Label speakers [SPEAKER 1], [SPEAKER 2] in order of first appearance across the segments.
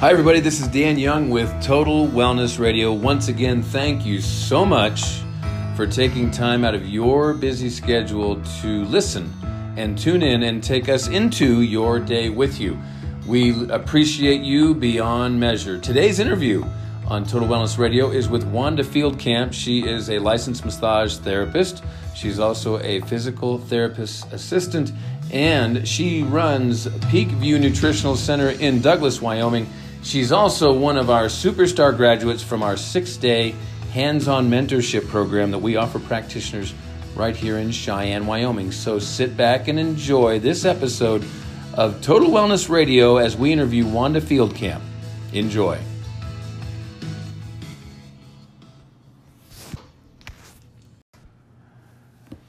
[SPEAKER 1] Hi, everybody. This is Dan Young with Total Wellness Radio. Once again, thank you so much for taking time out of your busy schedule to listen and tune in and take us into your day with you. We appreciate you beyond measure. Today's interview on Total Wellness Radio is with Wanda Fieldcamp. She is a licensed massage therapist. She's also a physical therapist assistant, and she runs Peak View Nutritional Center in Douglas, Wyoming. She's also one of our superstar graduates from our six day hands on mentorship program that we offer practitioners right here in Cheyenne, Wyoming. So sit back and enjoy this episode of Total Wellness Radio as we interview Wanda Fieldcamp. Enjoy.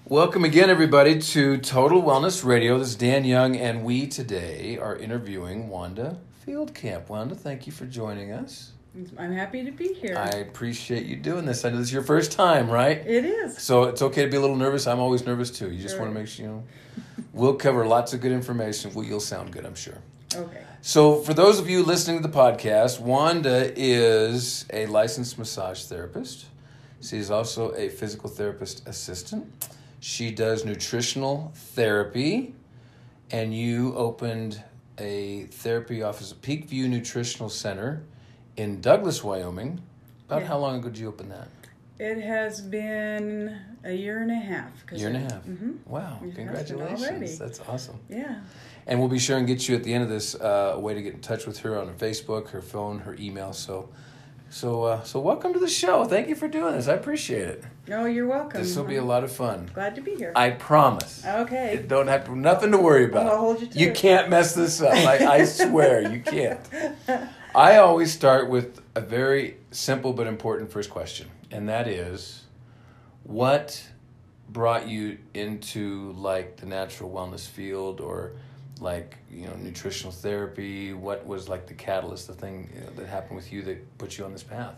[SPEAKER 1] Welcome again, everybody, to Total Wellness Radio. This is Dan Young, and we today are interviewing Wanda Fieldcamp. Wanda, thank you for joining us.
[SPEAKER 2] I'm happy to be here.
[SPEAKER 1] I appreciate you doing this. I know this is your first time, right?
[SPEAKER 2] It is.
[SPEAKER 1] So it's okay to be a little nervous. I'm always nervous too. You just
[SPEAKER 2] Sure.
[SPEAKER 1] want to make sure you know. We'll cover lots of good information. We- You'll sound good, I'm sure.
[SPEAKER 2] Okay.
[SPEAKER 1] So, for those of you listening to the podcast, Wanda is a licensed massage therapist. She's also a physical therapist assistant. She does nutritional therapy, and you opened a therapy office at Peak View Nutritional Center in Douglas, Wyoming. About
[SPEAKER 2] Yeah.
[SPEAKER 1] how long ago did you open that?
[SPEAKER 2] It has been a year and a half. 'cause
[SPEAKER 1] year Mm-hmm. and a
[SPEAKER 2] I-
[SPEAKER 1] half.
[SPEAKER 2] Mhm.
[SPEAKER 1] Wow!
[SPEAKER 2] It happened already.
[SPEAKER 1] Congratulations. That's awesome.
[SPEAKER 2] Yeah.
[SPEAKER 1] And we'll be sure and get you at the end of this uh, a way to get in touch with her on her Facebook, her phone, her email. So, so, uh, so welcome to the show. Thank you for doing this. I appreciate it.
[SPEAKER 2] No, you're welcome.
[SPEAKER 1] This will be a
[SPEAKER 2] I'm
[SPEAKER 1] lot of fun.
[SPEAKER 2] Glad to be here.
[SPEAKER 1] I promise.
[SPEAKER 2] Oh, okay.
[SPEAKER 1] Don't have to, nothing to worry about.
[SPEAKER 2] I'll hold you to
[SPEAKER 1] You
[SPEAKER 2] it.
[SPEAKER 1] can't mess this up. I, I swear you can't. I always start with a very simple but important first question, and that is, what brought you into like the natural wellness field or like you know nutritional therapy? What was like the catalyst, the thing you know, that happened with you that put you on this path?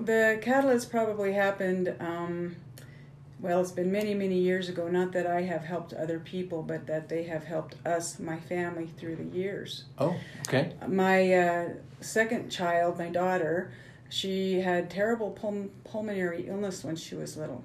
[SPEAKER 2] The catalyst probably happened. Um, well, it's been many, many years ago. Not that I have helped other people, but that they have helped us, my family, through the years.
[SPEAKER 1] Oh, okay.
[SPEAKER 2] my uh, second child, my daughter, she had terrible pul- pulmonary illness when she was little.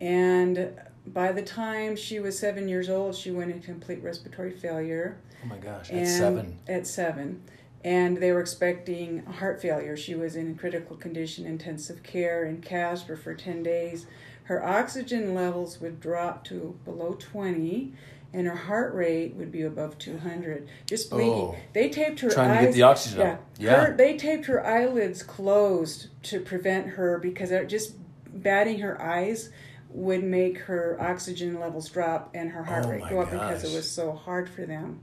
[SPEAKER 2] And by the time she was seven years old, she went into complete respiratory failure.
[SPEAKER 1] Oh my gosh,
[SPEAKER 2] and-
[SPEAKER 1] at seven.
[SPEAKER 2] At seven. And they were expecting heart failure. She was in critical condition, intensive care in Casper for 10 days. Her oxygen levels would drop to below 20, and her heart rate would be above 200. Just bleeding.
[SPEAKER 1] Oh.
[SPEAKER 2] They taped her
[SPEAKER 1] Trying to
[SPEAKER 2] eyes.
[SPEAKER 1] get the oxygen
[SPEAKER 2] Yeah.
[SPEAKER 1] up. Yeah.
[SPEAKER 2] Her- they taped her eyelids closed to prevent her because they're just batting her eyes would make her oxygen levels drop and her heart
[SPEAKER 1] Oh
[SPEAKER 2] rate
[SPEAKER 1] my
[SPEAKER 2] go up because
[SPEAKER 1] gosh.
[SPEAKER 2] it was so hard for them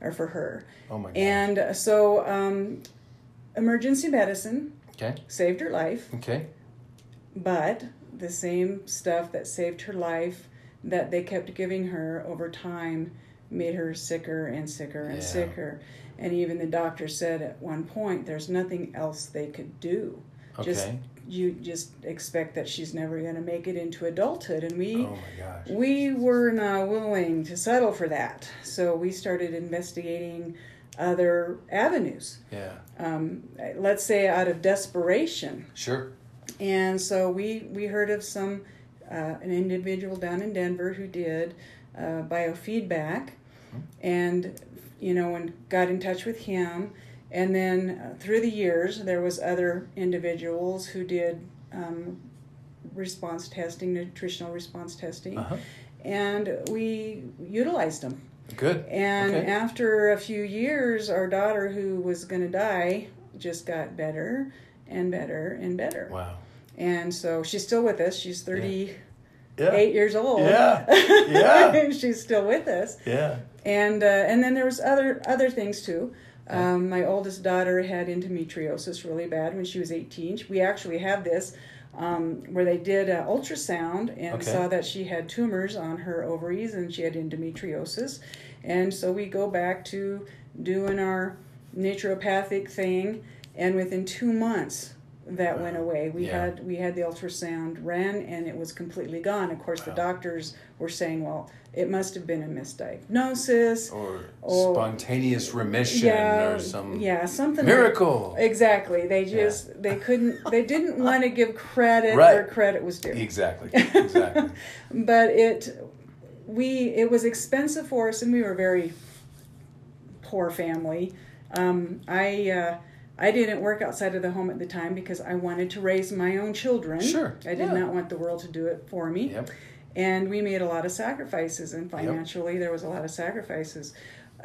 [SPEAKER 2] or for her.
[SPEAKER 1] Oh my gosh.
[SPEAKER 2] And uh, so um, emergency medicine
[SPEAKER 1] okay.
[SPEAKER 2] saved her life,
[SPEAKER 1] Okay.
[SPEAKER 2] but the same stuff that saved her life that they kept giving her over time made her sicker and sicker and
[SPEAKER 1] Yeah.
[SPEAKER 2] sicker. And even the doctor said at one point, there's nothing else they could do.
[SPEAKER 1] Okay.
[SPEAKER 2] Just you just expect that she's never going to make it into adulthood, and we
[SPEAKER 1] oh my gosh.
[SPEAKER 2] we were not willing to settle for that. So we started investigating other avenues.
[SPEAKER 1] Yeah.
[SPEAKER 2] Um, let's say out of desperation.
[SPEAKER 1] Sure.
[SPEAKER 2] And so we, we heard of some, uh, an individual down in Denver who did uh, biofeedback and, you know, and got in touch with him. And then uh, through the years, there was other individuals who did um, response testing, nutritional response testing,
[SPEAKER 1] Uh-huh.
[SPEAKER 2] and we utilized them.
[SPEAKER 1] Good.
[SPEAKER 2] And
[SPEAKER 1] Okay.
[SPEAKER 2] after a few years, our daughter, who was going to die, just got better and better and better.
[SPEAKER 1] Wow.
[SPEAKER 2] And so she's still with us. She's 38
[SPEAKER 1] Yeah.
[SPEAKER 2] years old.
[SPEAKER 1] Yeah. Yeah.
[SPEAKER 2] she's still with us.
[SPEAKER 1] Yeah.
[SPEAKER 2] And uh, and then there was other other things too. Um, my oldest daughter had endometriosis really bad when she was 18. We actually have this um, where they did uh, ultrasound and
[SPEAKER 1] Okay.
[SPEAKER 2] saw that she had tumors on her ovaries and she had endometriosis. And so we go back to doing our naturopathic thing, and within two months, that went away. We
[SPEAKER 1] Yeah.
[SPEAKER 2] had we had the ultrasound ran and it was completely gone. Of course, the doctors were saying, "Well, it must have been a misdiagnosis."
[SPEAKER 1] Or
[SPEAKER 2] Or-
[SPEAKER 1] spontaneous remission
[SPEAKER 2] yeah,
[SPEAKER 1] or some
[SPEAKER 2] yeah, something
[SPEAKER 1] miracle.
[SPEAKER 2] Exactly. They just they couldn't they didn't want to give credit where
[SPEAKER 1] Right.
[SPEAKER 2] credit was due.
[SPEAKER 1] Exactly. Exactly.
[SPEAKER 2] But it we it was expensive for us and we were a very poor family. Um, I uh, I didn't work outside of the home at the time because I wanted to raise my own children.
[SPEAKER 1] Sure,
[SPEAKER 2] I did
[SPEAKER 1] yeah.
[SPEAKER 2] not want the world to do it for me.
[SPEAKER 1] Yep.
[SPEAKER 2] And we made a lot of sacrifices, and financially, there was a lot of sacrifices.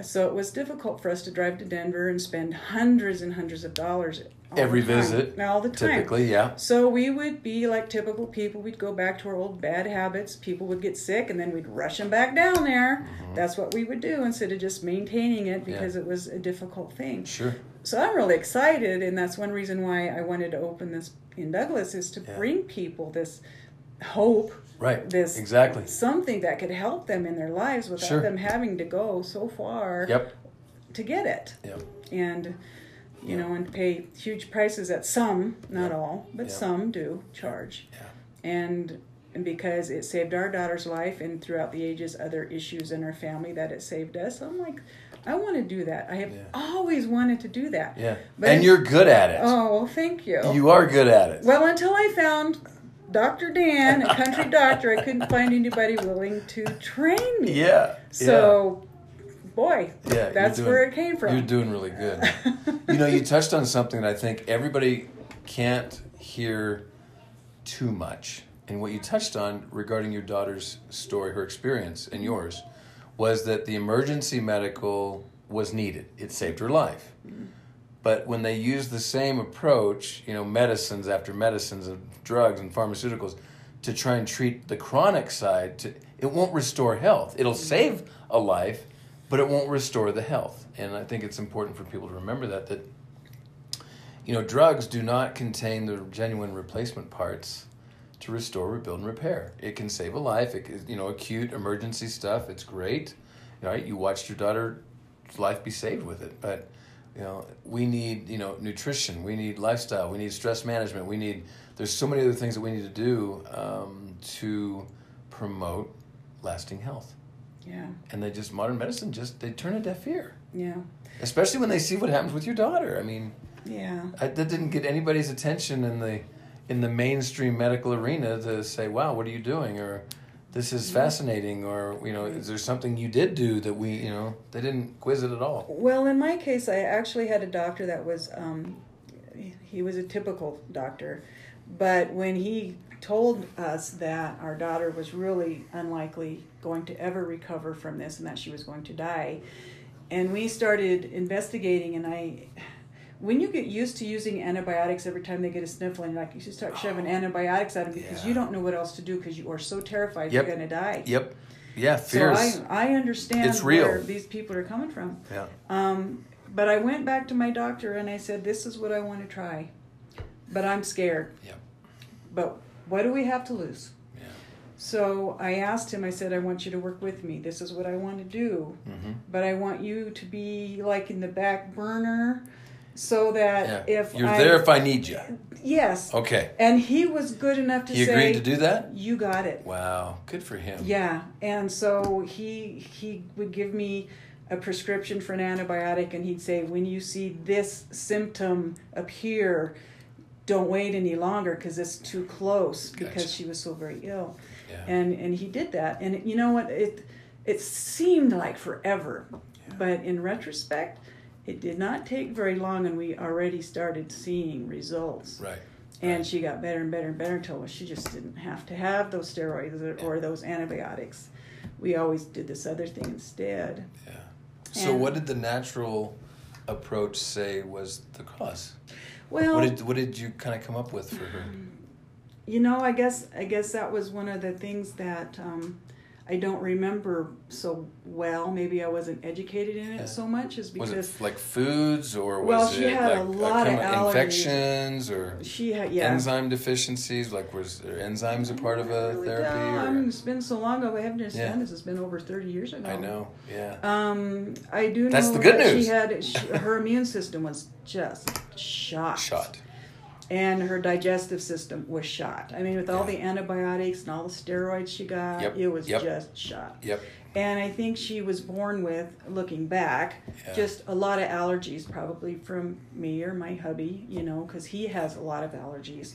[SPEAKER 2] So it was difficult for us to drive to Denver and spend hundreds and hundreds of dollars all
[SPEAKER 1] Every
[SPEAKER 2] the time.
[SPEAKER 1] visit,
[SPEAKER 2] all the time.
[SPEAKER 1] Typically, yeah.
[SPEAKER 2] So we would be like typical people. We'd go back to our old bad habits. People would get sick, and then we'd rush them back down there.
[SPEAKER 1] Mm-hmm.
[SPEAKER 2] That's what we would do instead of just maintaining it because it was a difficult thing.
[SPEAKER 1] Sure.
[SPEAKER 2] So I'm really excited, and that's one reason why I wanted to open this in Douglas is to bring people this hope,
[SPEAKER 1] Right.
[SPEAKER 2] This-
[SPEAKER 1] Exactly.
[SPEAKER 2] something that could help them in their lives without
[SPEAKER 1] Sure.
[SPEAKER 2] them having to go so far
[SPEAKER 1] Yep.
[SPEAKER 2] to get it,
[SPEAKER 1] Yep.
[SPEAKER 2] and
[SPEAKER 1] Yeah.
[SPEAKER 2] you know, and pay huge prices that some, not all, but
[SPEAKER 1] Yeah.
[SPEAKER 2] some do charge
[SPEAKER 1] Yeah.
[SPEAKER 2] and and because it saved our daughter's life and throughout the ages other issues in our family that it saved us i'm like i want to do that i have
[SPEAKER 1] Yeah.
[SPEAKER 2] always wanted to do that
[SPEAKER 1] Yeah.
[SPEAKER 2] But
[SPEAKER 1] and
[SPEAKER 2] it's-
[SPEAKER 1] you're good at it.
[SPEAKER 2] oh well thank you,
[SPEAKER 1] You are good at it.
[SPEAKER 2] well until i found dr dan a country doctor i couldn't find anybody willing to train me
[SPEAKER 1] yeah.
[SPEAKER 2] so boy
[SPEAKER 1] yeah. Yeah, you're
[SPEAKER 2] that's
[SPEAKER 1] doing-
[SPEAKER 2] where it came from
[SPEAKER 1] You're doing really good. you know, you touched on something that I think everybody can't hear too much. And what you touched on regarding your daughter's story, her experience, and yours, was that the emergency medical was needed. It saved her life. But when they use the same approach, you know, medicines after medicines and drugs and pharmaceuticals to try and treat the chronic side, to, it won't restore health. It'll save a life, but it won't restore the health. And I think it's important for people to remember that that you know, drugs do not contain the genuine replacement parts to restore, rebuild, and repair. It can save a life. It can, you know, acute emergency stuff. It's great. All right, you watched your daughter's life be saved with it. But you know, we need you know nutrition. We need lifestyle. We need stress management. We need. There's so many other things that we need to do um, to promote lasting health.
[SPEAKER 2] yeah
[SPEAKER 1] And they just modern medicine just they turn a deaf ear,
[SPEAKER 2] yeah
[SPEAKER 1] especially when they see what happens with your daughter. I mean.
[SPEAKER 2] yeah
[SPEAKER 1] I, that didn't get anybody's attention in the in the mainstream medical arena to say, "Wow, what are you doing?" or "This is
[SPEAKER 2] Mm-hmm.
[SPEAKER 1] fascinating," or you know, "Is there something you did do that we you know?" They didn't quiz it at all.
[SPEAKER 2] Well, in my case, I actually had a doctor that was, um, he was a typical doctor, but when he told us that our daughter was really unlikely going to ever recover from this and that she was going to die, and we started investigating, and I. When you get used to using antibiotics every time they get a sniffling, like you just start shoving antibiotics at them because
[SPEAKER 1] Oh, yeah.
[SPEAKER 2] you don't know what else to do because you are so terrified
[SPEAKER 1] Yep.
[SPEAKER 2] you're going to die.
[SPEAKER 1] Yep. Yeah, fierce.
[SPEAKER 2] So I, I understand
[SPEAKER 1] It's real.
[SPEAKER 2] where these people are coming from.
[SPEAKER 1] yeah.
[SPEAKER 2] Um, but I went back to my doctor and I said, This is what I want to try, but I'm scared.
[SPEAKER 1] Yep.
[SPEAKER 2] But what do we have to lose?
[SPEAKER 1] Yeah.
[SPEAKER 2] So I asked him, I said, I want you to work with me. This is what I want to do,
[SPEAKER 1] Mm-hmm.
[SPEAKER 2] but I want you to be like in the back burner so that
[SPEAKER 1] yeah.
[SPEAKER 2] if
[SPEAKER 1] You're
[SPEAKER 2] I,
[SPEAKER 1] there if I need you.
[SPEAKER 2] Yes.
[SPEAKER 1] Okay.
[SPEAKER 2] And he was good enough to
[SPEAKER 1] He
[SPEAKER 2] say,
[SPEAKER 1] agreed to do that.
[SPEAKER 2] You got it.
[SPEAKER 1] Wow. Good for him.
[SPEAKER 2] Yeah, and so he he would give me a prescription for an antibiotic, and he'd say, when you see this symptom appear, don't wait any longer because it's too close
[SPEAKER 1] Gotcha.
[SPEAKER 2] because she was so very ill,
[SPEAKER 1] Yeah.
[SPEAKER 2] and and he did that, and you know what it it seemed like forever, but in retrospect. It did not take very long, and we already started seeing results.
[SPEAKER 1] right.
[SPEAKER 2] And she got better and better and better until she just didn't have to have those steroids or, or those antibiotics. We always did this other thing instead.
[SPEAKER 1] Yeah. So,
[SPEAKER 2] And-
[SPEAKER 1] what did the natural approach say was the cause?
[SPEAKER 2] Well,
[SPEAKER 1] What did what did you kind of come up with for her?
[SPEAKER 2] you know, I guess I guess that was one of the things that um, I don't remember so well. Maybe I wasn't educated in it
[SPEAKER 1] Yeah.
[SPEAKER 2] so much, is
[SPEAKER 1] Was
[SPEAKER 2] because
[SPEAKER 1] it like foods or was
[SPEAKER 2] Well, she
[SPEAKER 1] it
[SPEAKER 2] had
[SPEAKER 1] like uh,
[SPEAKER 2] a lot of
[SPEAKER 1] chemi-
[SPEAKER 2] allergies.
[SPEAKER 1] infections or
[SPEAKER 2] she had yeah.
[SPEAKER 1] enzyme deficiencies? Like was there enzymes a part of
[SPEAKER 2] I
[SPEAKER 1] a
[SPEAKER 2] really
[SPEAKER 1] therapy?
[SPEAKER 2] don't.
[SPEAKER 1] or-
[SPEAKER 2] I'm- It's been so long ago. I haven't understand
[SPEAKER 1] Yeah.
[SPEAKER 2] this. It's been over thirty years ago.
[SPEAKER 1] I know. Yeah.
[SPEAKER 2] Um, I do know
[SPEAKER 1] That's the good
[SPEAKER 2] that
[SPEAKER 1] news.
[SPEAKER 2] she had she, her immune system was just shocked.
[SPEAKER 1] Shot.
[SPEAKER 2] and her digestive system was shot. I mean, with all the antibiotics and all the steroids she got,
[SPEAKER 1] Yep,
[SPEAKER 2] it was
[SPEAKER 1] yep.
[SPEAKER 2] just shot.
[SPEAKER 1] Yep.
[SPEAKER 2] And I think she was born with, looking back,
[SPEAKER 1] Yeah.
[SPEAKER 2] just a lot of allergies, probably from me or my hubby, you know, because he has a lot of allergies.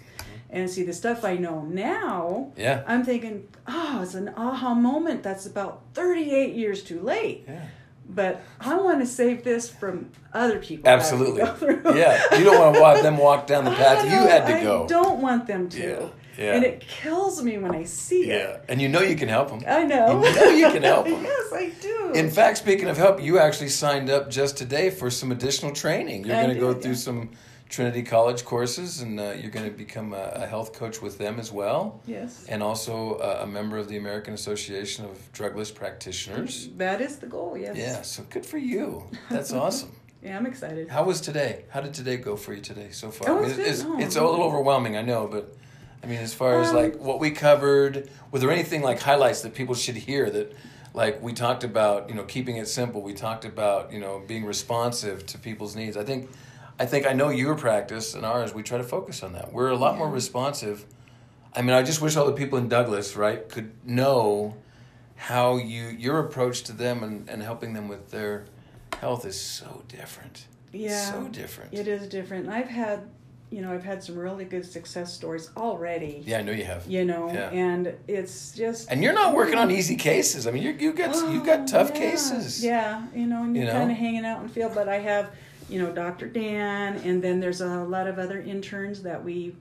[SPEAKER 2] And see, the stuff I know now,
[SPEAKER 1] Mm-hmm. Yeah.
[SPEAKER 2] I'm thinking, oh, it's an aha moment. That's about 38 years too late.
[SPEAKER 1] Yeah.
[SPEAKER 2] But I want to save this from other people. having to
[SPEAKER 1] Absolutely.
[SPEAKER 2] go through.
[SPEAKER 1] Yeah. You don't want to walk them walk down the path
[SPEAKER 2] I
[SPEAKER 1] you
[SPEAKER 2] don't-
[SPEAKER 1] had to
[SPEAKER 2] I
[SPEAKER 1] go.
[SPEAKER 2] don't want them to.
[SPEAKER 1] Yeah, yeah.
[SPEAKER 2] And it kills me when I see it.
[SPEAKER 1] Yeah. And you know you can help them.
[SPEAKER 2] I know.
[SPEAKER 1] You know you can help 'em.
[SPEAKER 2] yes, I do.
[SPEAKER 1] In fact, speaking of help, you actually signed up just today for some additional training. You're
[SPEAKER 2] I
[SPEAKER 1] going to go
[SPEAKER 2] did,
[SPEAKER 1] through
[SPEAKER 2] yeah.
[SPEAKER 1] some Trinity College courses, and uh, you're going to become a, a health coach with them as well,
[SPEAKER 2] yes.
[SPEAKER 1] and also uh, a member of the American Association of Drugless Practitioners.
[SPEAKER 2] That is the goal, yes.
[SPEAKER 1] Yeah, so good for you. That's awesome.
[SPEAKER 2] Yeah, I'm excited.
[SPEAKER 1] How was today? How did today go for you today so far?
[SPEAKER 2] It
[SPEAKER 1] I mean,
[SPEAKER 2] was good.
[SPEAKER 1] It's,
[SPEAKER 2] No,
[SPEAKER 1] it's a
[SPEAKER 2] no.
[SPEAKER 1] little overwhelming, I know, but I mean, as far as
[SPEAKER 2] Um,
[SPEAKER 1] like what we covered, were there anything like highlights that people should hear that, like we talked about, you know, keeping it simple. We talked about, you know, being responsive to people's needs. I think, I think I know your practice and ours. We try to focus on that. We're a lot more responsive. I mean, I just wish all the people in Douglas, right, could know how you your approach to them and, and helping them with their health is so different.
[SPEAKER 2] Yeah.
[SPEAKER 1] So different.
[SPEAKER 2] It is different. And I've had, you know, I've had some really good success stories already.
[SPEAKER 1] Yeah, I know you have.
[SPEAKER 2] You know,
[SPEAKER 1] Yeah.
[SPEAKER 2] and it's just
[SPEAKER 1] And you're not working on easy cases. I mean, you you got you got
[SPEAKER 2] Oh,
[SPEAKER 1] tough
[SPEAKER 2] yeah.
[SPEAKER 1] cases.
[SPEAKER 2] Yeah, you know, and
[SPEAKER 1] You
[SPEAKER 2] you're
[SPEAKER 1] know?
[SPEAKER 2] kind of hanging out in the field. But I have, you know, Dr. Dan, and then there's a lot of other interns that we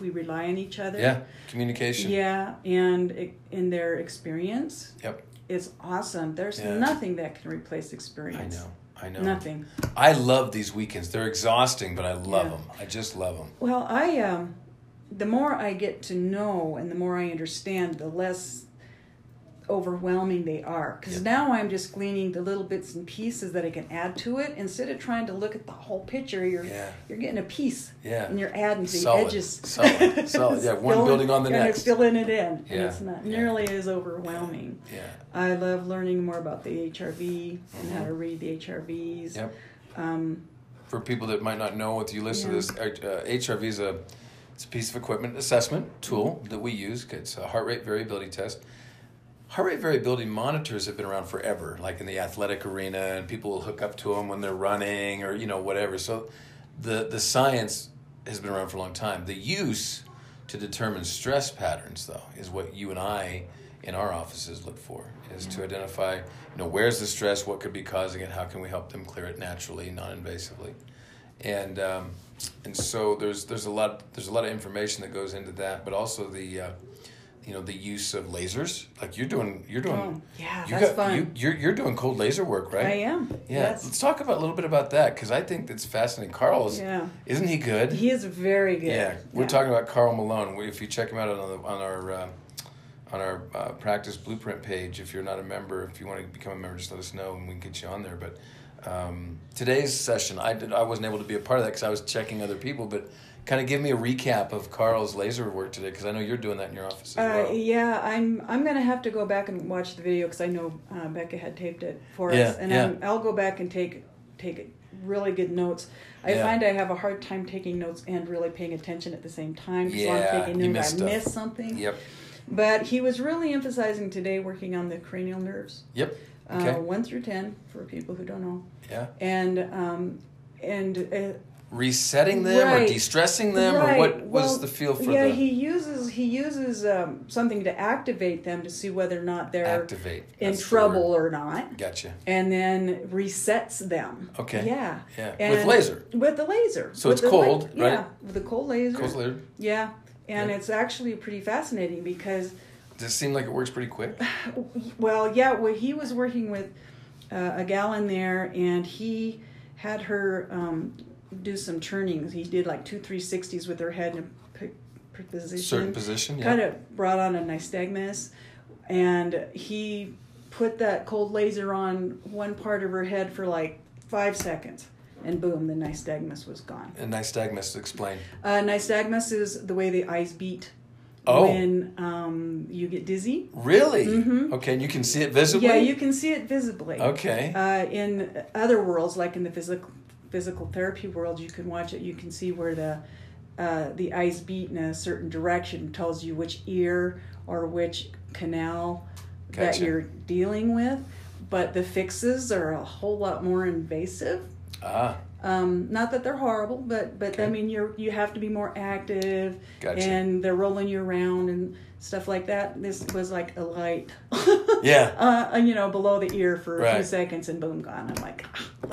[SPEAKER 2] we rely on each other.
[SPEAKER 1] Yeah. Communication.
[SPEAKER 2] Yeah, and it- in their experience,
[SPEAKER 1] Yep.
[SPEAKER 2] it's awesome. There's
[SPEAKER 1] Yeah.
[SPEAKER 2] nothing that can replace
[SPEAKER 1] I
[SPEAKER 2] experience.
[SPEAKER 1] know. I know.
[SPEAKER 2] Nothing.
[SPEAKER 1] I love these weekends. They're exhausting, but I love
[SPEAKER 2] Yeah.
[SPEAKER 1] them. I just love them.
[SPEAKER 2] Well, I um, the more I get to know and the more I understand, the less overwhelming they are. Because
[SPEAKER 1] Yeah.
[SPEAKER 2] now I'm just gleaning the little bits and pieces that I can add to it instead of trying to look at the whole picture. You're
[SPEAKER 1] Yeah.
[SPEAKER 2] you're getting a piece.
[SPEAKER 1] Yeah.
[SPEAKER 2] And you're adding to the
[SPEAKER 1] Solid,
[SPEAKER 2] edges.
[SPEAKER 1] solid, solid. Yeah, one
[SPEAKER 2] Filling-
[SPEAKER 1] building on the
[SPEAKER 2] and
[SPEAKER 1] next.
[SPEAKER 2] You're filling it in.
[SPEAKER 1] Yeah,
[SPEAKER 2] And it's not
[SPEAKER 1] yeah.
[SPEAKER 2] nearly as overwhelming.
[SPEAKER 1] Yeah.
[SPEAKER 2] I love learning more about the HRV and how to read the HRVs.
[SPEAKER 1] Mm-hmm. Yep.
[SPEAKER 2] Um,
[SPEAKER 1] For people that might not know, if you listen
[SPEAKER 2] Yeah.
[SPEAKER 1] to this, uh, HRV is a it's a piece of equipment assessment tool that we use. It's a heart rate variability test. Heart rate variability monitors have been around forever, like in the athletic arena, and people will hook up to them when they're running or you know whatever. So, the the science has been around for a long time. The use to determine stress patterns, though, is what you and I in our offices look for is to identify you know where's the stress, what could be causing it, how can we help them clear it naturally, non-invasively, and um, and so there's there's a lot there's a lot of information that goes into that, but also the uh, you know the use of lasers, like you're doing you're doing.
[SPEAKER 2] oh, yeah,
[SPEAKER 1] You
[SPEAKER 2] that's
[SPEAKER 1] got,
[SPEAKER 2] fun.
[SPEAKER 1] You, you're, you're doing cold laser work, right?
[SPEAKER 2] I am.
[SPEAKER 1] Yeah,
[SPEAKER 2] Yes.
[SPEAKER 1] let's talk about a little bit about that because I think that's fascinating. Carl's,
[SPEAKER 2] Yeah.
[SPEAKER 1] isn't he good?
[SPEAKER 2] He is very good.
[SPEAKER 1] yeah, we're talking about Carl Malone. We- If you check him out on the, on our uh, on our uh, practice blueprint page, if you're not a member, if you want to become a member, just let us know and we can get you on there. But um, today's session, I did I wasn't able to be a part of that because I was checking other people, but. Kind of give me a recap of Carl's laser work today, because I know you're doing that in your office as
[SPEAKER 2] Uh,
[SPEAKER 1] well.
[SPEAKER 2] yeah, I'm I'm gonna have to go back and watch the video because I know uh, Becca had taped it for
[SPEAKER 1] Yeah,
[SPEAKER 2] us, and
[SPEAKER 1] yeah.
[SPEAKER 2] I'm, I'll go back and take take really good notes. I
[SPEAKER 1] Yeah.
[SPEAKER 2] find I have a hard time taking notes and really paying attention at the same time. so I'm
[SPEAKER 1] Yeah,
[SPEAKER 2] taking
[SPEAKER 1] you
[SPEAKER 2] notes.
[SPEAKER 1] missed
[SPEAKER 2] I
[SPEAKER 1] stuff.
[SPEAKER 2] missed something.
[SPEAKER 1] Yep,
[SPEAKER 2] But he was really emphasizing today working on the cranial nerves,
[SPEAKER 1] yep,
[SPEAKER 2] uh,
[SPEAKER 1] okay,
[SPEAKER 2] one through ten, for people who don't know,
[SPEAKER 1] yeah.
[SPEAKER 2] and um, and uh,
[SPEAKER 1] Resetting them
[SPEAKER 2] Right.
[SPEAKER 1] or de-stressing them, or
[SPEAKER 2] Right.
[SPEAKER 1] what was
[SPEAKER 2] Well,
[SPEAKER 1] the feel for
[SPEAKER 2] yeah,
[SPEAKER 1] the
[SPEAKER 2] he uses he uses um, something to activate them to see whether or not they're
[SPEAKER 1] activate
[SPEAKER 2] in
[SPEAKER 1] That's the
[SPEAKER 2] trouble
[SPEAKER 1] word.
[SPEAKER 2] or not,
[SPEAKER 1] Gotcha.
[SPEAKER 2] and then resets them.
[SPEAKER 1] Okay.
[SPEAKER 2] Yeah.
[SPEAKER 1] Yeah,
[SPEAKER 2] And
[SPEAKER 1] with laser.
[SPEAKER 2] With the laser.
[SPEAKER 1] So
[SPEAKER 2] With
[SPEAKER 1] it's
[SPEAKER 2] the
[SPEAKER 1] cold,
[SPEAKER 2] la- Yeah,
[SPEAKER 1] right?
[SPEAKER 2] with the cold laser.
[SPEAKER 1] Goes later.
[SPEAKER 2] Yeah, and
[SPEAKER 1] Yeah.
[SPEAKER 2] it's actually pretty fascinating because,
[SPEAKER 1] Does it seem like it works pretty quick?
[SPEAKER 2] well, yeah, well, he was working with uh, a gal in there, and he had her um, do some turnings. He did like two 360s with her head in a p- p- position
[SPEAKER 1] Certain position. Yeah.
[SPEAKER 2] kind of brought on a nystagmus and he put that cold laser on one part of her head for like five seconds and boom the nystagmus was gone
[SPEAKER 1] And nystagmus explain.
[SPEAKER 2] uh, nystagmus is the way the eyes beat
[SPEAKER 1] Oh.
[SPEAKER 2] when um, you get dizzy
[SPEAKER 1] Really? Okay, and you can see it Oh, visibly.
[SPEAKER 2] yeah you can see it visibly
[SPEAKER 1] Okay.
[SPEAKER 2] uh, in other worlds like in the physical physical therapy world you can watch it you can see where the uh, the eyes beat in a certain direction tells you which ear or which canal that
[SPEAKER 1] Gotcha.
[SPEAKER 2] you're dealing with. But the fixes are a whole lot more invasive.
[SPEAKER 1] Ah,
[SPEAKER 2] Um, not that they're horrible, but but I
[SPEAKER 1] Okay.
[SPEAKER 2] mean you're you have to be more active,
[SPEAKER 1] Gotcha.
[SPEAKER 2] and they're rolling you around and stuff like that. This was like a light,
[SPEAKER 1] yeah.
[SPEAKER 2] uh, you know, below the ear for a few
[SPEAKER 1] Right.
[SPEAKER 2] seconds, and boom, gone. I'm like, "Ah, I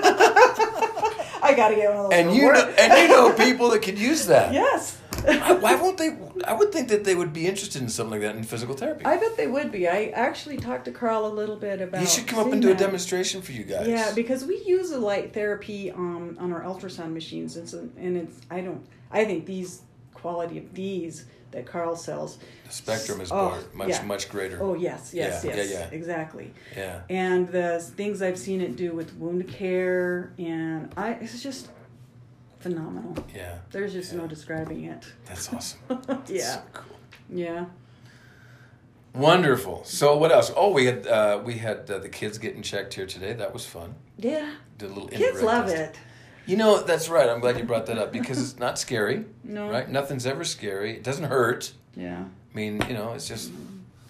[SPEAKER 2] like it. I gotta get one of those.
[SPEAKER 1] And
[SPEAKER 2] for
[SPEAKER 1] you
[SPEAKER 2] work.
[SPEAKER 1] know, and you know people that could use that.
[SPEAKER 2] yes,
[SPEAKER 1] I- Why won't they? I would think that they would be interested in something like that in physical therapy.
[SPEAKER 2] I bet they would be. I actually talked to Carl a little bit about.
[SPEAKER 1] you should come up and
[SPEAKER 2] seeing
[SPEAKER 1] do a
[SPEAKER 2] that.
[SPEAKER 1] demonstration for you guys.
[SPEAKER 2] Yeah, because we use a light therapy um, on our ultrasound machines, and, so, and it's I don't I think these quality of these that Carl sells.
[SPEAKER 1] the spectrum is
[SPEAKER 2] Oh,
[SPEAKER 1] bar- much
[SPEAKER 2] yeah.
[SPEAKER 1] much greater.
[SPEAKER 2] Oh yes, yes,
[SPEAKER 1] Yeah,
[SPEAKER 2] yes,
[SPEAKER 1] yeah, yeah.
[SPEAKER 2] exactly.
[SPEAKER 1] Yeah.
[SPEAKER 2] And the things I've seen it do with wound care, and I it's just phenomenal.
[SPEAKER 1] Yeah.
[SPEAKER 2] There's just
[SPEAKER 1] Yeah.
[SPEAKER 2] no describing it.
[SPEAKER 1] That's awesome.
[SPEAKER 2] yeah,
[SPEAKER 1] So cool.
[SPEAKER 2] yeah.
[SPEAKER 1] Wonderful. So what else? Oh, we had uh, we had uh, the kids getting checked here today. That was fun.
[SPEAKER 2] Yeah,
[SPEAKER 1] Did a little
[SPEAKER 2] kids
[SPEAKER 1] indirect
[SPEAKER 2] love
[SPEAKER 1] test.
[SPEAKER 2] it.
[SPEAKER 1] You know that's right. I'm glad you brought that up because it's not scary,
[SPEAKER 2] No,
[SPEAKER 1] right? Nothing's ever scary. It doesn't hurt.
[SPEAKER 2] yeah,
[SPEAKER 1] I mean, you know, it's just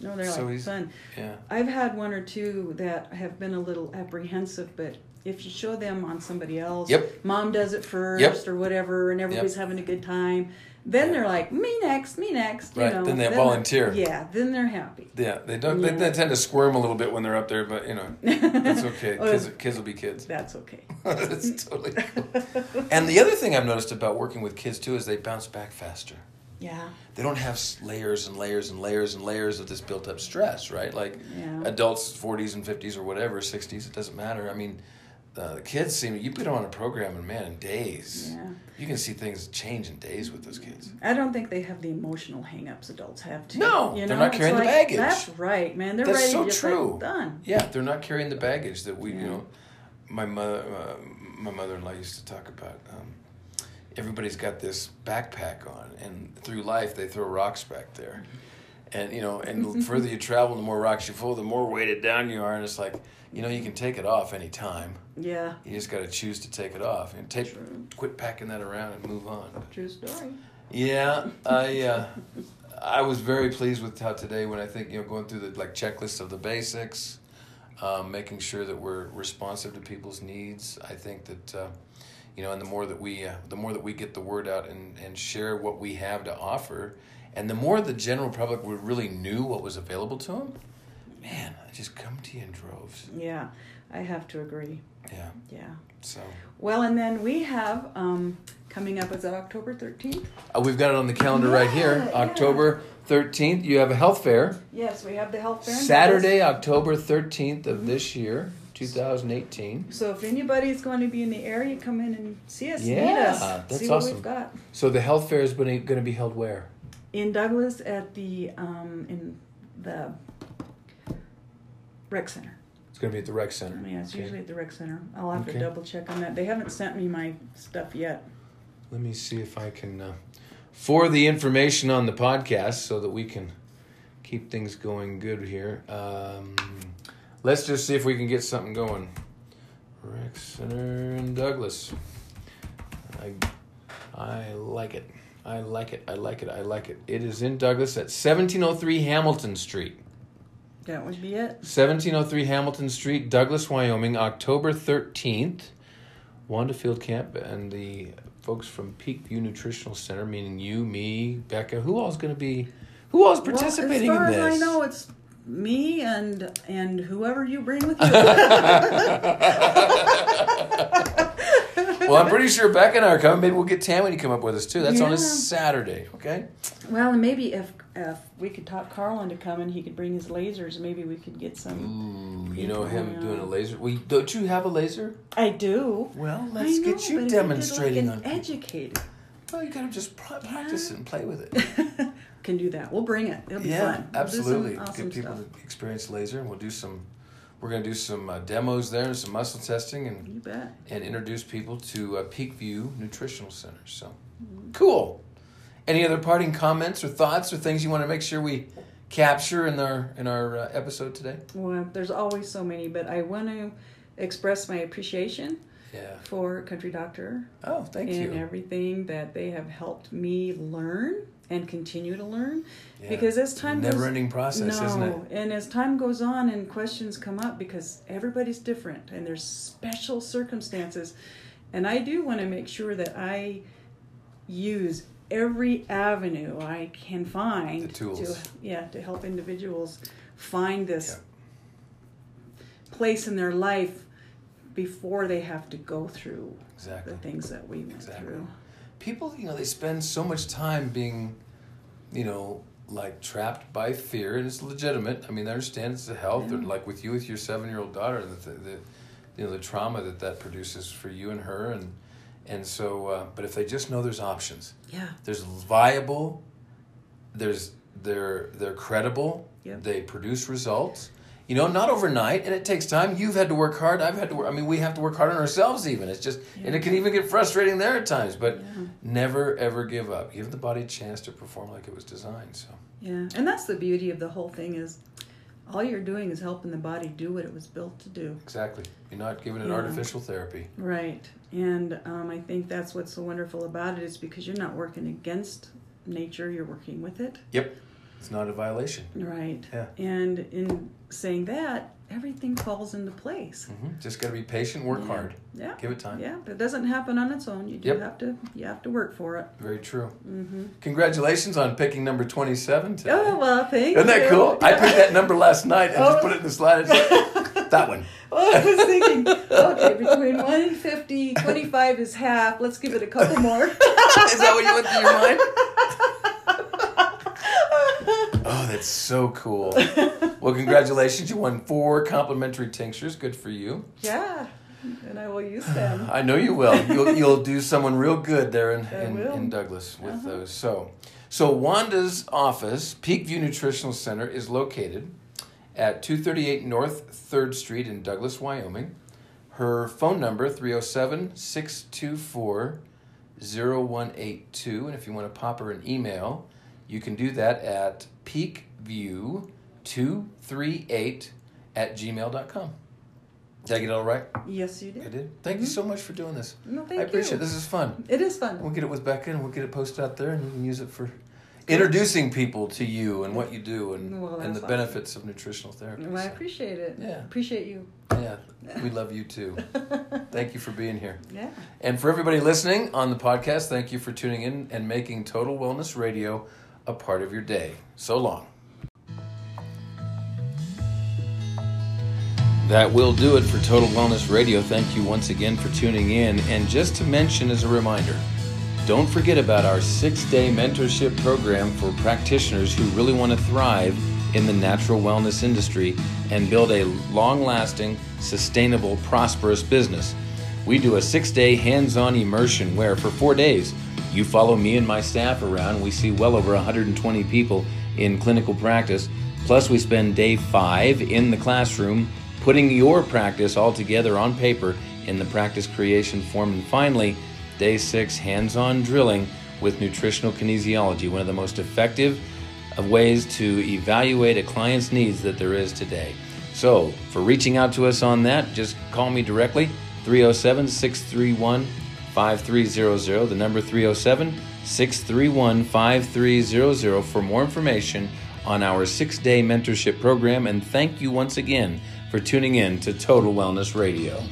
[SPEAKER 2] no, they're
[SPEAKER 1] So
[SPEAKER 2] like
[SPEAKER 1] he's-
[SPEAKER 2] fun.
[SPEAKER 1] yeah.
[SPEAKER 2] I've had one or two that have been a little apprehensive, but if you show them on somebody else,
[SPEAKER 1] Yep.
[SPEAKER 2] mom does it first
[SPEAKER 1] Yep.
[SPEAKER 2] or whatever, and everybody's having a good time, then they're like, me next, me next. You
[SPEAKER 1] Right,
[SPEAKER 2] know,
[SPEAKER 1] then they volunteer.
[SPEAKER 2] Yeah, then they're happy.
[SPEAKER 1] Yeah, they don't. They,
[SPEAKER 2] Yeah.
[SPEAKER 1] they tend to squirm a little bit when they're up there, but you know, that's okay.
[SPEAKER 2] Oh,
[SPEAKER 1] Kids, kids will be kids.
[SPEAKER 2] That's okay.
[SPEAKER 1] that's totally cool. And the other thing I've noticed about working with kids too is they bounce back faster.
[SPEAKER 2] Yeah,
[SPEAKER 1] They don't have s- layers and layers and layers and layers of this built-up stress, right? Like
[SPEAKER 2] Yeah.
[SPEAKER 1] adults, forties and fifties or whatever, sixties. It doesn't matter. I mean, uh, the kids seem. You put them on a program, and man, in days,
[SPEAKER 2] Yeah.
[SPEAKER 1] you can see things change in days with those kids.
[SPEAKER 2] I don't think they have the emotional hang-ups adults have too.
[SPEAKER 1] No,
[SPEAKER 2] you
[SPEAKER 1] they're
[SPEAKER 2] know?
[SPEAKER 1] not
[SPEAKER 2] It's
[SPEAKER 1] carrying the
[SPEAKER 2] like,
[SPEAKER 1] baggage.
[SPEAKER 2] That's right, man. They're
[SPEAKER 1] That's
[SPEAKER 2] ready
[SPEAKER 1] so
[SPEAKER 2] to just
[SPEAKER 1] true.
[SPEAKER 2] like done.
[SPEAKER 1] Yeah, they're not carrying the baggage that we, you
[SPEAKER 2] Yeah.
[SPEAKER 1] know, my mother, uh, my mother-in-law used to talk about. Um, everybody's got this backpack on, and through life they throw rocks back there, and you know, and the further you travel, the more rocks you pull, the more weighted down you are, and it's like, you know, you can take it off any time.
[SPEAKER 2] Yeah,
[SPEAKER 1] You just got to choose to take it off and take,
[SPEAKER 2] True.
[SPEAKER 1] quit packing that around and move on.
[SPEAKER 2] true story.
[SPEAKER 1] Yeah, I uh, I was very pleased with how today when I think you know going through the like checklist of the basics, um, making sure that we're responsive to people's needs. I think that uh, you know, and the more that we uh, the more that we get the word out and and share what we have to offer, and the more the general public we really knew what was available to them. Man, I just come to you in droves.
[SPEAKER 2] Yeah, I have to agree.
[SPEAKER 1] Yeah,
[SPEAKER 2] Yeah.
[SPEAKER 1] so
[SPEAKER 2] Well, and then we have um, coming up is that October thirteenth.
[SPEAKER 1] uh, we've got it on the calendar right
[SPEAKER 2] Yeah,
[SPEAKER 1] here,
[SPEAKER 2] yeah.
[SPEAKER 1] October thirteenth. You have a health fair.
[SPEAKER 2] Yes, we have the health fair. in
[SPEAKER 1] Saturday, October 13th of this year, 2018.
[SPEAKER 2] Dallas. So if anybody's going to be in the area, come in and see us. meet
[SPEAKER 1] Yeah,
[SPEAKER 2] us.
[SPEAKER 1] that's
[SPEAKER 2] see what
[SPEAKER 1] awesome.
[SPEAKER 2] we've got
[SPEAKER 1] So the health fair is going to be held where?
[SPEAKER 2] in Douglas at the um, in the rec center.
[SPEAKER 1] It's going to be at the rec
[SPEAKER 2] I
[SPEAKER 1] center.
[SPEAKER 2] mean, it's
[SPEAKER 1] Okay.
[SPEAKER 2] usually at the rec center. I'll have
[SPEAKER 1] Okay.
[SPEAKER 2] to double check on that. They haven't sent me my stuff yet.
[SPEAKER 1] Let me see if I can uh, for the information on the podcast so that we can keep things going good here. Um, let's just see if we can get something going. Rec Center in Douglas. I I like it. I like it. I like it. I like it. It is in Douglas at 1703 Hamilton Street.
[SPEAKER 2] That would be it.
[SPEAKER 1] 1703 Hamilton Street, Douglas, Wyoming, October 13th. Wanda Field Camp and the folks from Peak View Nutritional Center, meaning you, me, Becca. Who all's going to be? Who all's participating
[SPEAKER 2] well, as far
[SPEAKER 1] in this?
[SPEAKER 2] As I know, it's me and and whoever you bring with you.
[SPEAKER 1] Well, I'm pretty sure Becca and I are coming. Maybe we'll get Tammy to come up with us too. That's on a
[SPEAKER 2] Yeah.
[SPEAKER 1] Saturday, okay?
[SPEAKER 2] Well, and maybe if if we could talk Carl into coming, he could bring his lasers. Maybe we could get some.
[SPEAKER 1] Ooh, you know him
[SPEAKER 2] Yeah.
[SPEAKER 1] doing a laser. Well, you- don't you have a laser?
[SPEAKER 2] I do.
[SPEAKER 1] Well,
[SPEAKER 2] I
[SPEAKER 1] let's
[SPEAKER 2] know,
[SPEAKER 1] get
[SPEAKER 2] but
[SPEAKER 1] you
[SPEAKER 2] if
[SPEAKER 1] demonstrating
[SPEAKER 2] we could,
[SPEAKER 1] on.
[SPEAKER 2] like, an educated.
[SPEAKER 1] well, you gotta just pra- practice it and play with it.
[SPEAKER 2] Can do that. We'll bring it. It'll be
[SPEAKER 1] yeah,
[SPEAKER 2] fun. We'll do some
[SPEAKER 1] absolutely.
[SPEAKER 2] awesome
[SPEAKER 1] Get people
[SPEAKER 2] stuff.
[SPEAKER 1] to experience laser, and we'll do some. We're going to do some uh, demos there, and some muscle testing, and
[SPEAKER 2] You bet.
[SPEAKER 1] and introduce people to uh, Peak View Nutritional Center. So,
[SPEAKER 2] Mm-hmm.
[SPEAKER 1] cool. Any other parting comments or thoughts or things you want to make sure we capture in our in our uh, episode today?
[SPEAKER 2] Well, there's always so many, but I want to express my appreciation
[SPEAKER 1] Yeah.
[SPEAKER 2] for Country Doctor
[SPEAKER 1] Oh, thank
[SPEAKER 2] and
[SPEAKER 1] you.
[SPEAKER 2] everything that they have helped me learn and continue to learn.
[SPEAKER 1] Yeah.
[SPEAKER 2] Because as time
[SPEAKER 1] Never
[SPEAKER 2] goes
[SPEAKER 1] ending process,
[SPEAKER 2] no,
[SPEAKER 1] isn't it?
[SPEAKER 2] and as time goes on and questions come up because everybody's different and there's special circumstances, and I do want to make sure that I use every avenue I can find
[SPEAKER 1] The tools.
[SPEAKER 2] to yeah to help individuals find this place in their life before they have to go through
[SPEAKER 1] Exactly.
[SPEAKER 2] the things that we went
[SPEAKER 1] Exactly.
[SPEAKER 2] through.
[SPEAKER 1] People, you know, they spend so much time being, you know, like trapped by fear, and it's legitimate. I mean, I understand it's the health, or like with you with your seven-year-old daughter, and the, the, you know, the trauma that that produces for you and her, and and so, uh, but if they just know there's options,
[SPEAKER 2] Yeah.
[SPEAKER 1] there's viable there's they're they're credible
[SPEAKER 2] Yep.
[SPEAKER 1] they produce results you know not overnight and it takes time you've had to work hard i've had to work i mean we have to work hard on ourselves even it's just and it can even get frustrating there at times but never ever give up give the body a chance to perform like it was designed so
[SPEAKER 2] Yeah, and that's the beauty of the whole thing is all you're doing is helping the body do what it was built to do.
[SPEAKER 1] exactly you're not giving it
[SPEAKER 2] Yeah.
[SPEAKER 1] artificial therapy
[SPEAKER 2] Right. And um, I think that's what's so wonderful about it is because you're not working against nature, you're working with it.
[SPEAKER 1] yep it's not a violation
[SPEAKER 2] Right.
[SPEAKER 1] Yeah.
[SPEAKER 2] And in saying that, everything falls into place.
[SPEAKER 1] Mhm. just got to be patient work hard
[SPEAKER 2] Yeah.
[SPEAKER 1] give it time
[SPEAKER 2] Yeah, but it doesn't happen on its own. You do
[SPEAKER 1] Mm-hmm. Yep.
[SPEAKER 2] have to you have to work for it.
[SPEAKER 1] very true Mm-hmm. congratulations on picking number 27 today
[SPEAKER 2] Oh well, thank
[SPEAKER 1] Isn't that
[SPEAKER 2] you.
[SPEAKER 1] cool? I picked that number last night and just
[SPEAKER 2] Oh.
[SPEAKER 1] put it in the slide. It's like, that one.
[SPEAKER 2] Well, Oh, I was thinking, okay, between 1 and 50, 25 is half. Let's give it a couple more.
[SPEAKER 1] Is that what you went through your mind? Oh, that's so cool. Well, congratulations. You won four complimentary tinctures. Good for you.
[SPEAKER 2] yeah, and I will use them.
[SPEAKER 1] I know you will. You'll, you'll do someone real good there in,
[SPEAKER 2] I
[SPEAKER 1] in,
[SPEAKER 2] will. Uh-huh.
[SPEAKER 1] in Douglas with those. So, so Wanda's office, Peakview Nutritional Center, is located at 238 North 3rd Street in Douglas, Wyoming. Her phone number 307-624-0182 and if you want to pop her an email, you can do that at peakview238 at gmail.com. Did I get it all right?
[SPEAKER 2] Yes, you
[SPEAKER 1] I
[SPEAKER 2] did.
[SPEAKER 1] did. Thank you so much for doing this.
[SPEAKER 2] No, Mm-hmm. thank
[SPEAKER 1] I appreciate
[SPEAKER 2] you.
[SPEAKER 1] it. This is fun.
[SPEAKER 2] It is fun.
[SPEAKER 1] We'll get it with Becca and we'll get it posted out there and you can use it for introducing people to you and what you do and,
[SPEAKER 2] Well,
[SPEAKER 1] and the
[SPEAKER 2] that's awesome.
[SPEAKER 1] benefits of nutritional therapy.
[SPEAKER 2] Well, I
[SPEAKER 1] So,
[SPEAKER 2] appreciate it.
[SPEAKER 1] Yeah.
[SPEAKER 2] Appreciate you.
[SPEAKER 1] yeah, we love you too. Thank you for being here.
[SPEAKER 2] Yeah.
[SPEAKER 1] And for everybody listening on the podcast, thank you for tuning in and making Total Wellness Radio a part of your day. So long. That will do it for Total Wellness Radio. Thank you once again for tuning in. And just to mention as a reminder, don't forget about our six day mentorship program for practitioners who really want to thrive in the natural wellness industry and build a long lasting, sustainable, prosperous business. We do a six day hands on immersion where for four days you follow me and my staff around. We see well over 120 people in clinical practice. Plus, we spend day five in the classroom putting your practice all together on paper in the practice creation form. And finally, day six hands on drilling with nutritional kinesiology, one of the most effective of ways to evaluate a client's needs that there is today. So, for reaching out to us on that, just call me directly 307 631 5300, the number 307 631 5300 for more information on our six day mentorship program. And thank you once again for tuning in to Total Wellness Radio.